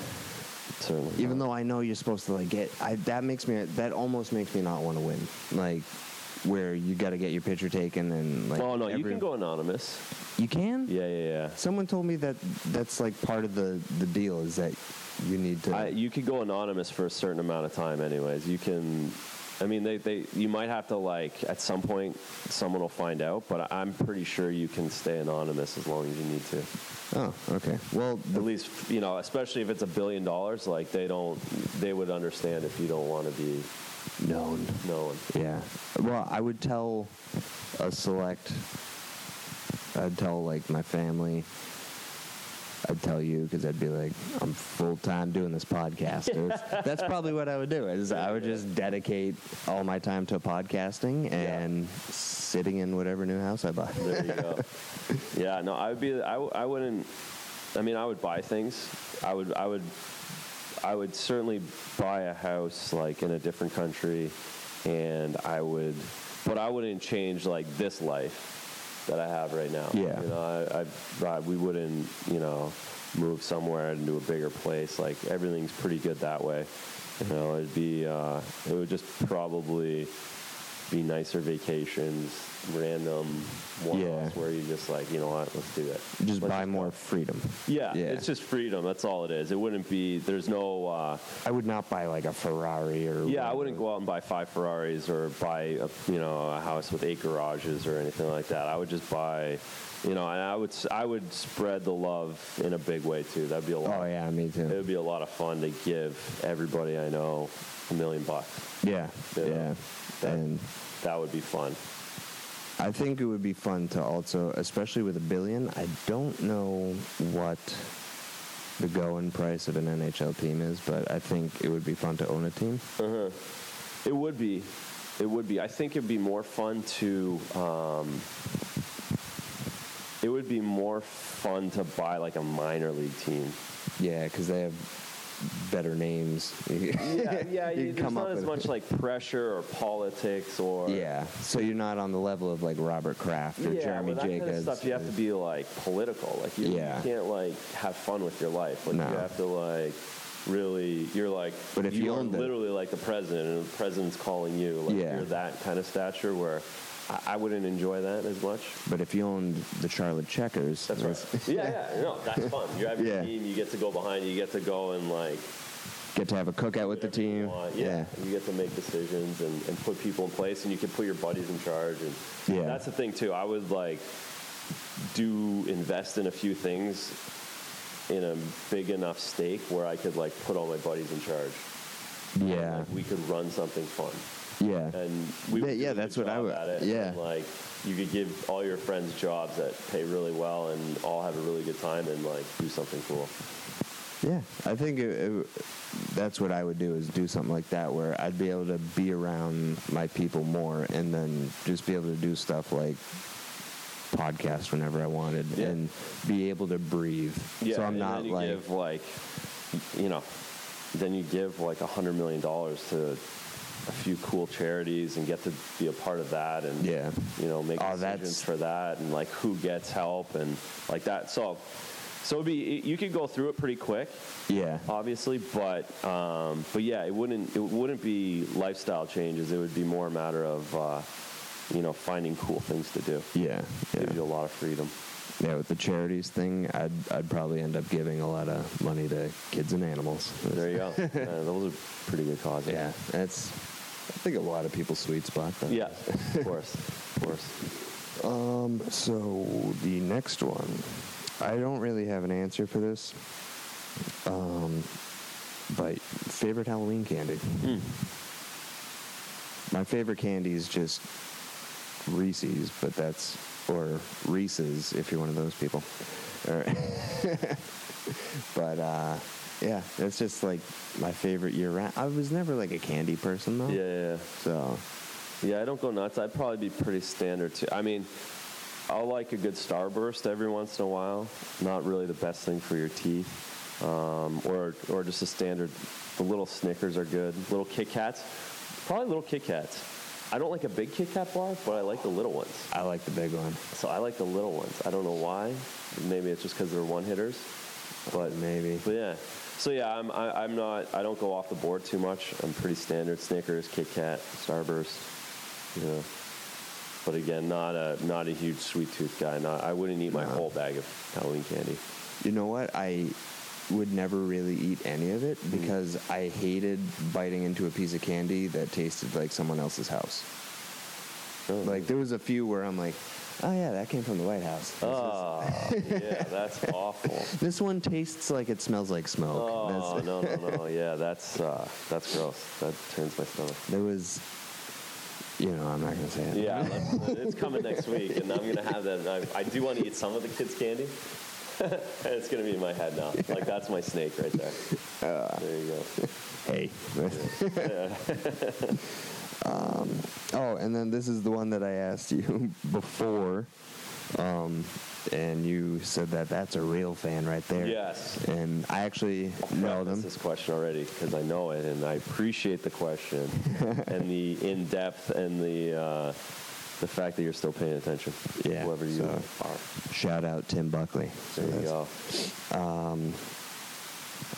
D: Certainly.
C: Even though I know you're supposed to like get, I, that makes me. That almost makes me not want to win. Like, where you got to get your picture taken and like.
D: oh no, you
C: every-
D: can go anonymous.
C: You can.
D: Yeah, yeah, yeah.
C: Someone told me that that's like part of the the deal is that you need to.
D: I, you could go anonymous for a certain amount of time, anyways. You can, I mean, they, they you might have to like at some point someone will find out, but I- I'm pretty sure you can stay anonymous as long as you need to.
C: oh, okay. Well, the,
D: At least you know, especially if it's a billion dollars, like they don't, they would understand if you don't want to be
C: known.
D: known.
C: Yeah. Well, I would tell a select. I'd tell like my family. I'd tell you because I'd be like, I'm full time doing this podcast. It's- That's probably what I would do. Is I would just dedicate all my time to podcasting and sitting in whatever new house I buy.
D: There you go. yeah, no, I would be. I, w- I wouldn't. I mean, I would buy things. I would. I would. I would certainly buy a house like in a different country, and I would. But I wouldn't change like this life that I have right now.
C: Yeah.
D: You know, I, I, I we wouldn't. You know, move somewhere into a bigger place. Like everything's pretty good that way. You know, it'd be. Uh, it would just probably be nicer vacations, random one
C: Yeah.
D: where you just like, you know what, let's do it.
C: Just
D: Let's
C: buy
D: go.
C: more freedom.
D: Yeah,
C: Yeah.
D: it's just freedom. That's all it is. It wouldn't be. There's no. Uh,
C: I would not buy like a Ferrari or.
D: yeah, I
C: whatever.
D: wouldn't go out and buy five Ferraris or buy a, you know a house with eight garages or anything like that. I would just buy, you know, and I would s- I would spread the love in a big way too. That'd be a lot.
C: Oh yeah, me too.
D: It would be a lot of fun to give everybody I know a million bucks.
C: yeah,
D: Yeah.
C: yeah.
D: That-
C: And
D: That would be fun.
C: I think it would be fun to also, especially with a billion. I don't know what the going price of an NHL team is, but I think it would be fun to own a team.
D: It would be. It would be. I think it'd be more fun to. Um, it would be more fun to buy like a minor league team.
C: Yeah, because they have better names.
D: Yeah, yeah.
C: You
D: you,
C: can
D: there's
C: come
D: not
C: up
D: as
C: with-
D: much like pressure or politics or
C: yeah, so you're not on the level of like Robert Kraft or
D: Yeah,
C: Jeremy
D: with that
C: Jacobs.
D: Kind of stuff, you have to be like political. Like you, you
C: Yeah.
D: can't like have fun with your life. Like
C: No.
D: you have to like really you're like
C: But if you
D: are
C: owned it-
D: literally like the president and the president's calling you like
C: Yeah.
D: you're that kind of stature where I, I wouldn't enjoy that as much
C: But if you owned the Charlotte Checkers,
D: that's right yeah yeah no that's fun you have your
C: Yeah.
D: team you get to go behind you get to go and like
C: get to have a cookout with the
D: whatever you
C: team.
D: want. Yeah. You get to make decisions and, and put people in place and you can put your buddies in charge and
C: Yeah.
D: that's the thing too. I would like do invest in a few things in a big enough stake where I could like put all my buddies in charge.
C: yeah,
D: Like we could run something fun.
C: yeah, yeah.
D: And we
C: Yeah,
D: would do
C: yeah,
D: a good
C: that's what I
D: job
C: would-
D: at it.
C: yeah.
D: And, like you could give all your friends jobs that pay really well and all have a really good time and like do something cool.
C: I think it, it, that's what I would do is do something like that where I'd be able to be around my people more, and then just be able to do stuff like podcast whenever I wanted,
D: Yeah.
C: and be able to breathe. so I'm
D: and
C: not
D: then you
C: like
D: give like you know, then you give like a hundred million dollars to a few cool charities and get to be a part of that and
C: Yeah.
D: you know make
C: Oh, that's-
D: decisions for that and like who gets help and like that. So so it'd be you could go through it pretty quick,
C: yeah,
D: obviously, but um, but yeah, it wouldn't it wouldn't be lifestyle changes. It would be more a matter of uh, you know finding cool things to do.
C: yeah, yeah.
D: Gives you a lot of freedom.
C: Yeah, with the charities thing, I'd I'd probably end up giving a lot of money to kids and animals.
D: There you go. Uh, those are pretty good causes.
C: Yeah, that's I think a lot of people's sweet spot. Though.
D: Yeah, of course, of course.
C: Um. So the next one, I don't really have an answer for this. Um, but favorite Halloween candy. My favorite candy is just Reese's, but that's or Reese's if you're one of those people. Or- but uh, yeah, that's just like my favorite year round. I was never like a candy person though.
D: Yeah, yeah,
C: So
D: yeah. yeah. I don't go nuts. I'd probably be pretty standard too. I mean, I'll like a good starburst every once in a while. Not really the best thing for your teeth, um, or or just a standard. The little Snickers are good. Little Kit Kats, probably little Kit Kats. I don't like a big Kit Kat bar, but I like the little ones.
C: I like the big one.
D: So I like the little ones. I don't know why. Maybe it's just because they're one hitters, but
C: Maybe.
D: But yeah, so yeah, I'm I, I'm not I don't go off the board too much. I'm pretty standard Snickers, Kit Kat, Starburst, you know. But again, not a not a huge sweet tooth guy. Not I wouldn't eat my
C: No.
D: whole bag of Halloween candy.
C: You know what? I would never really eat any of it
D: Mm-hmm.
C: because I hated biting into a piece of candy that tasted like someone else's house.
D: Mm-hmm.
C: Like there was a few where I'm like, oh yeah, that came from the White House. This, is-
D: Oh, yeah, that's awful.
C: this one tastes like it smells like smoke.
D: Oh
C: That's-
D: no no no! Yeah, that's uh, that's gross. That turns my stomach.
C: There was, you know, I'm not gonna say it.
D: Yeah, let's- it's coming next week, and I'm gonna have that. I, I do want to eat some of the kids' candy, and it's gonna be in my head now. Like that's my snake right there. there you go.
C: Hey. um, oh, and then this is the one that I asked you before, um, and you said that that's a real fan right there.
D: Yes.
C: And I actually know
D: preface
C: them.
D: This question already because I know it, and I appreciate the question and the in depth and the uh, the fact that you're still paying attention.
C: Yeah,
D: whoever you
C: so-
D: are.
C: Shout out Tim Buckley. So
D: There you
C: that's-
D: go.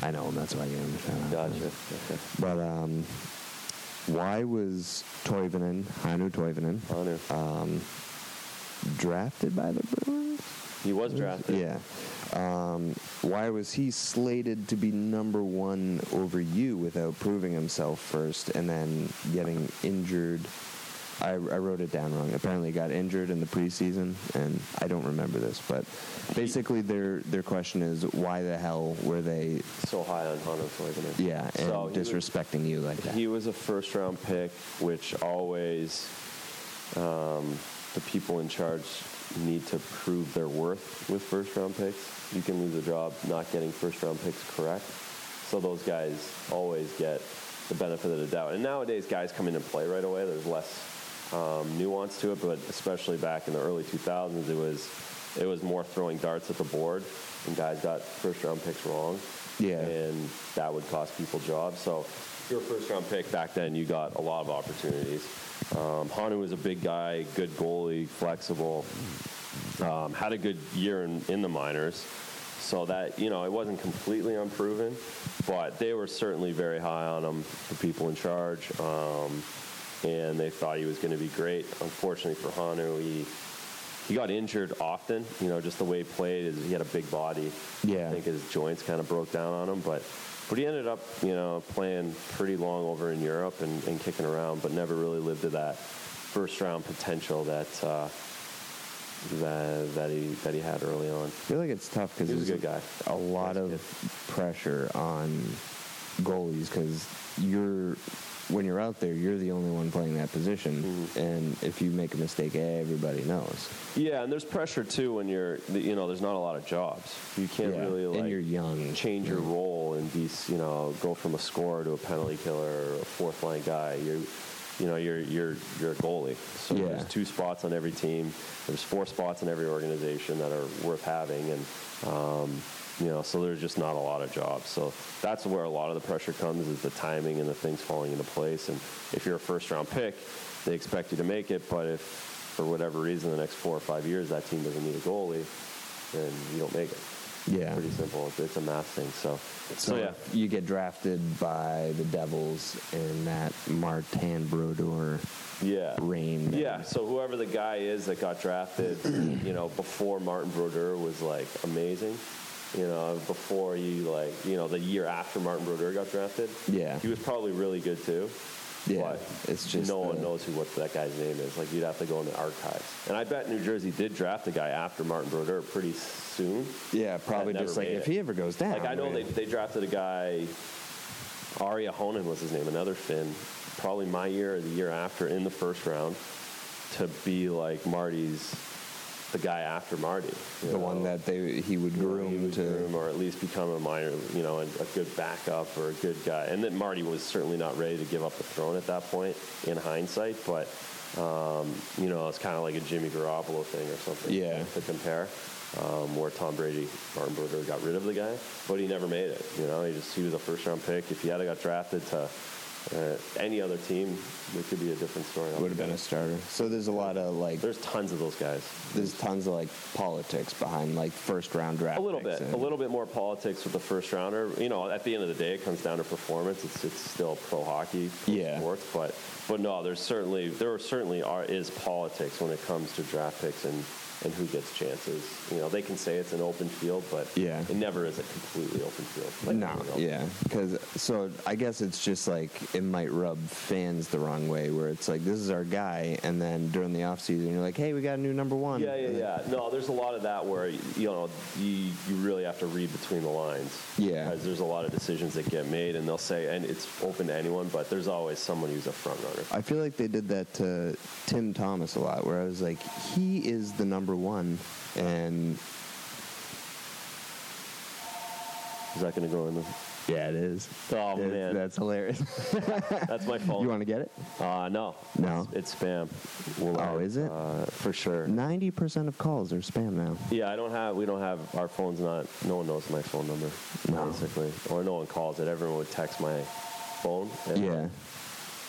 C: I know him. That's why I gave him a shout out.
D: Gotcha. Okay.
C: But um, why was Toivonen, Hanu Toivonen,
D: Honor.
C: Uh, drafted by the Brewers?
D: he was drafted.
C: Yeah. Um, why was he slated to be number one over you without proving himself first and then getting injured? I, I wrote it down wrong. Apparently, got injured in the preseason, and I don't remember this. But basically, their their question is why the hell were they,
D: So high on Honor Toivonen.
C: yeah, and
D: So he was-
C: disrespecting you like that?
D: He was a first round pick, which always um, the people in charge need to prove their worth with first round picks. You can lose a job not getting first round picks correct. So those guys always get the benefit of the doubt. And nowadays, guys come in and play right away. There's less um, nuance to it, but especially back in the early 2000s, it was it was more throwing darts at the board, and guys got first round picks wrong
C: Yeah.
D: and that would cost people jobs. So if you're a first round pick back then, you got a lot of opportunities. Um, Hanu was a big guy, good goalie, flexible, um, had a good year in, in the minors. So that you know, it wasn't completely unproven, but they were certainly very high on him. The people in charge, um, and they thought he was going to be great. Unfortunately for Hanu, he he got injured often. You know, just the way he played is he had a big body.
C: Yeah.
D: I think his joints kind of broke down on him, but. But he ended up, you know, playing pretty long over in Europe and, and kicking around, but never really lived to that first round potential that uh, that that he that he had early on.
C: I feel like it's tough because
D: He was
C: there's
D: a good guy.
C: A lot
D: He
C: of
D: was
C: pressure on goalies because you're when you're out there, you're the only one playing that position,
D: Mm-hmm.
C: and if you make a mistake, everybody knows.
D: Yeah, and there's pressure too when you're, you know, there's not a lot of jobs. You can't
C: Yeah,
D: really like
C: and you're young.
D: change your role and be, s- you know, go from a scorer to a penalty killer or a fourth line guy. You're, you know, you're you're you're a goalie. So
C: Yeah.
D: there's two spots on every team. There's four spots in every organization that are worth having, and um, you know, so there's just not a lot of jobs. So that's where a lot of the pressure comes is the timing and the things falling into place. And if you're a first round pick, they expect you to make it. But if for whatever reason the next four or five years that team doesn't need a goalie, then you don't make it
C: Yeah.
D: pretty simple. It's, it's a math thing. So, so,
C: So
D: yeah,
C: if you get drafted by the Devils in that Martin Brodeur
D: yeah,
C: reign. then
D: yeah. So whoever the guy is that got drafted, you know, before Martin Brodeur was like amazing. You know, before you like, you know, the year after Martin Brodeur got drafted,
C: Yeah.
D: he was probably really good too.
C: Yeah,
D: but
C: it's just
D: no one
C: the-
D: knows who what that guy's name is. Like you'd have to go in the archives, and I bet New Jersey did draft a guy after Martin Brodeur pretty soon.
C: Yeah, probably
D: never
C: just like
D: made
C: if
D: it.
C: he ever goes down.
D: Like I know
C: mean,
D: they, they drafted a guy, Arya Honan was his name, another Finn, probably my year or the year after in the first round, to be like Marty's, the guy after Marty, you
C: the
D: know?
C: one that they he would
D: You know, he
C: groom
D: would
C: to.
D: groom or at least become a minor, you know, a, a good backup or a good guy. And that Marty was certainly not ready to give up the throne at that point, in hindsight, but. Um, you know, it's kind of like a Jimmy Garoppolo thing or something
C: Yeah.
D: to compare, um, where Tom Brady, Martin Brodeur got rid of the guy, but he never made it. You know, he just he was a first round pick. If he had got drafted to uh, any other team, it could be a different story.
C: Would have been a starter. So there's a lot of like
D: There's tons of those guys.
C: there's tons of like politics behind like first round draft.
D: A little
C: picks
D: bit,
C: and-
D: a little bit more politics with the first rounder. You know, at the end of the day, it comes down to performance. It's it's still pro hockey, pro
C: Yeah.
D: sports, but but no, there's certainly there are certainly are is politics when it comes to draft picks and and who gets chances. You know, they can say it's an open field, but
C: Yeah.
D: it never is a completely open field. Like,
C: No,
D: you know,
C: yeah, because so I guess it's just like it might rub fans the wrong way, where it's like this is our guy, and then during the off season you're like, hey, we got a new number one.
D: Yeah, yeah,
C: And then-
D: yeah. No, there's a lot of that where you know you, you really have to read between the lines.
C: Yeah.
D: because there's a lot of decisions that get made, and they'll say, and it's open to anyone, but there's always someone who's a front runner.
C: I feel like they did that to Tim Thomas a lot, where I was like, he is the number one, and
D: Is that going to go in there?
C: yeah, it is.
D: Oh
C: That's-
D: man, that's,
C: that's hilarious.
D: my phone.
C: you want to get it?
D: uh, no,
C: No.
D: it's, it's spam. We'll
C: Oh,
D: add,
C: is it?
D: uh, for sure?
C: Ninety percent of calls are spam now.
D: Yeah, I don't have. We don't have our phones. Not no one knows my phone number
C: No.
D: basically, or no one calls it. Everyone would text my phone. And
C: Yeah,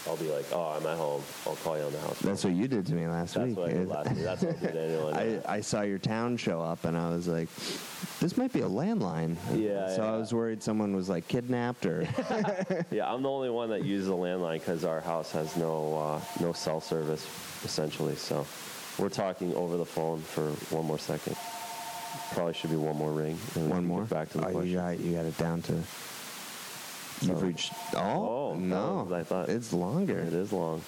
D: I'll be like, oh, I'm at home. I'll call you on the house.
C: that's what you did to me last
D: That's
C: week.
D: what I did
C: It-
D: last year. That's what I did to anyone.
C: I, I saw your town show up and I was like, this might be a landline.
D: Yeah,
C: So
D: yeah.
C: I was worried someone was like kidnapped or.
D: yeah, I'm the only one that uses a landline because our house has no uh, no cell service essentially. So we're talking over the phone for one more second. Probably should be one more ring. and we
C: one
D: can get
C: more.
D: Back to the
C: oh,
D: question.
C: You got, you got it down to. You've
D: So-
C: reached. Oh,
D: Oh,
C: no.
D: no, I thought-
C: It's longer.
D: It is long.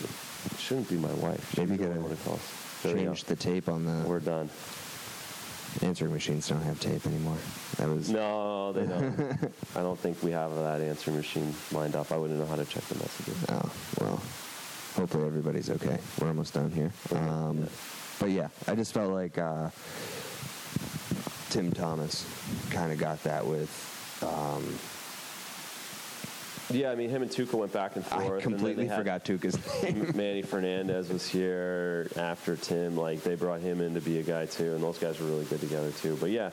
D: It shouldn't be my wife. She's
C: Maybe
D: the
C: get
D: only
C: a-
D: one who calls. There we go.
C: Change the tape on the.
D: We're done.
C: answering machines don't have tape anymore. That was.
D: No, they don't. I don't think we have that answer machine lined up. I wouldn't know how to check the messages.
C: Oh, well. Hopefully everybody's okay. We're almost done here.
D: Okay,
C: Um,
D: yeah.
C: But yeah, I just felt like uh, Tim Thomas kind of got that with
D: Yeah, I mean, him and Tuca went back and forth. and
C: I
D: then
C: completely
D: they had-
C: forgot Tuca's name.
D: M- Manny Fernandez was here after Tim. Like they brought him in to be a guy too, and those guys were really good together too. But yeah,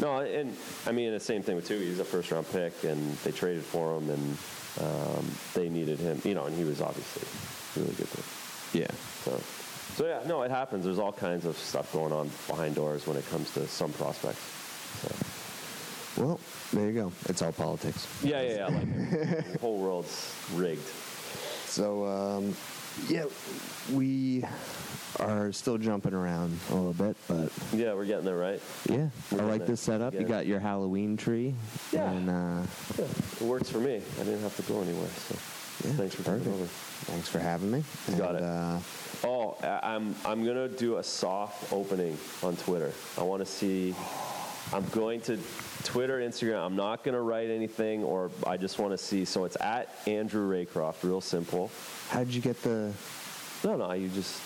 D: no, and I mean the same thing with Tuvi. He's a first round pick, and they traded for him, and um, they needed him. You know, and he was obviously really good. Too.
C: yeah.
D: So, so yeah, no, it happens. There's all kinds of stuff going on behind doors when it comes to some prospects.
C: Well, there you go. It's all politics.
D: Yeah, yeah, yeah. Like the whole world's rigged.
C: So, um, yeah, we are still jumping around a little bit, but
D: Yeah, we're getting there, right?
C: yeah, I
D: We're
C: like
D: gonna
C: this setup. You
D: get-
C: got your Halloween tree.
D: Yeah.
C: And, uh,
D: Yeah, it works for me. I didn't have to go anywhere. So
C: yeah,
D: thanks for taking
C: perfect.
D: over.
C: Thanks for having me.
D: You got
C: And,
D: it.
C: Uh,
D: Oh, I- I'm I'm gonna do a soft opening on Twitter. I want to see. I'm going to Twitter, Instagram. I'm not gonna write anything, or I just want to see. So it's at Andrew Raycroft. Real simple.
C: how'd you get the?
D: No, no, you just.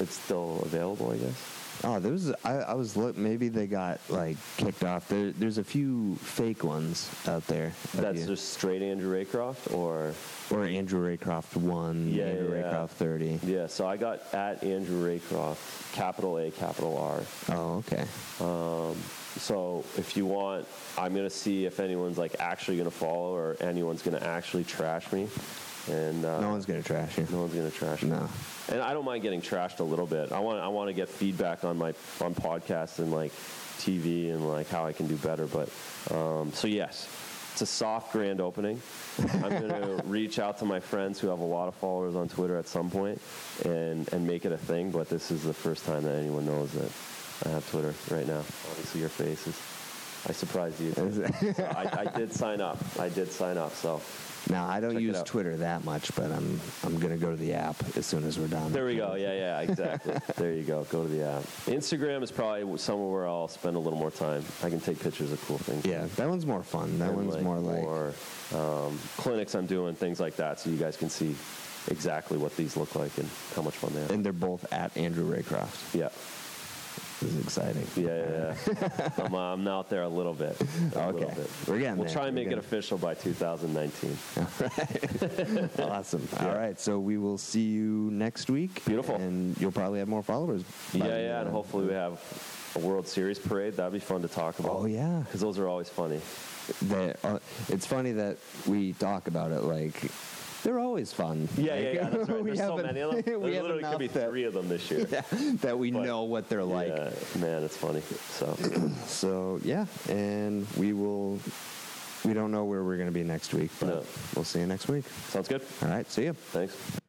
D: It's still available, I guess.
C: Oh, there was. I, I was look. Maybe they got like kicked off. There, there's a few fake ones out there. of
D: That's
C: you.
D: just straight Andrew Raycroft, or
C: or Andrew Raycroft one.
D: Yeah,
C: Andrew
D: yeah, yeah.
C: Raycroft thirty.
D: yeah. So I got at Andrew Raycroft, capital A, capital R.
C: Oh, okay.
D: So if you want, I'm gonna see if anyone's like actually gonna follow or anyone's gonna actually trash me, and uh,
C: no one's gonna trash you.
D: no one's gonna trash me.
C: No.
D: And I don't mind getting trashed a little bit. I want I want to get feedback on my on podcasts and like TV and like how I can do better. But um, so yes, it's a soft grand opening. I'm gonna reach out to my friends who have a lot of followers on Twitter at some point and and make it a thing. But this is the first time that anyone knows that I have Twitter right now. Obviously, your faces. I surprised you.
C: Is it-
D: So I, I did sign up. I did sign up. So
C: Now I don't
D: Check it
C: use
D: out.
C: Twitter that much, but I'm I'm gonna go to the app as soon as we're done.
D: There we go. Yeah, yeah, exactly. there you go. Go to the app. Instagram is probably somewhere where I'll spend a little more time. I can take pictures of cool things.
C: Yeah, that one's more fun. That
D: And,
C: one's more like
D: more, um, clinics I'm doing, things like that, so you guys can see exactly what these look like and how much fun they are.
C: and they're both at Andrew Raycroft.
D: yeah.
C: This is exciting.
D: Yeah, yeah, yeah. I'm, uh, I'm out there a little bit. A
C: Okay.
D: Little bit.
C: We're getting
D: We'll
C: there.
D: try and
C: We're
D: make it
C: getting-
D: official by 2019.
C: Awesome. All right, so we will see you next week.
D: Beautiful.
C: And you'll probably have more followers. by
D: Yeah,
C: the,
D: yeah, and
C: uh,
D: hopefully we have a World Series parade. That'd be fun to talk about.
C: Oh, yeah.
D: Because those are always funny.
C: They, uh, it's funny that we talk about it like they're always fun.
D: Yeah,
C: Like,
D: yeah, yeah. That's right.
C: we
D: There's so
C: have en-
D: many of them. There
C: we have
D: literally could
C: enough
D: be
C: that,
D: three of them this year.
C: that we
D: but-
C: know what they're like.
D: Yeah, man, it's funny. So
C: So yeah, and we will. We don't know where we're going to be next week, but
D: No.
C: we'll see you next week.
D: sounds good.
C: All right, see you.
D: Thanks.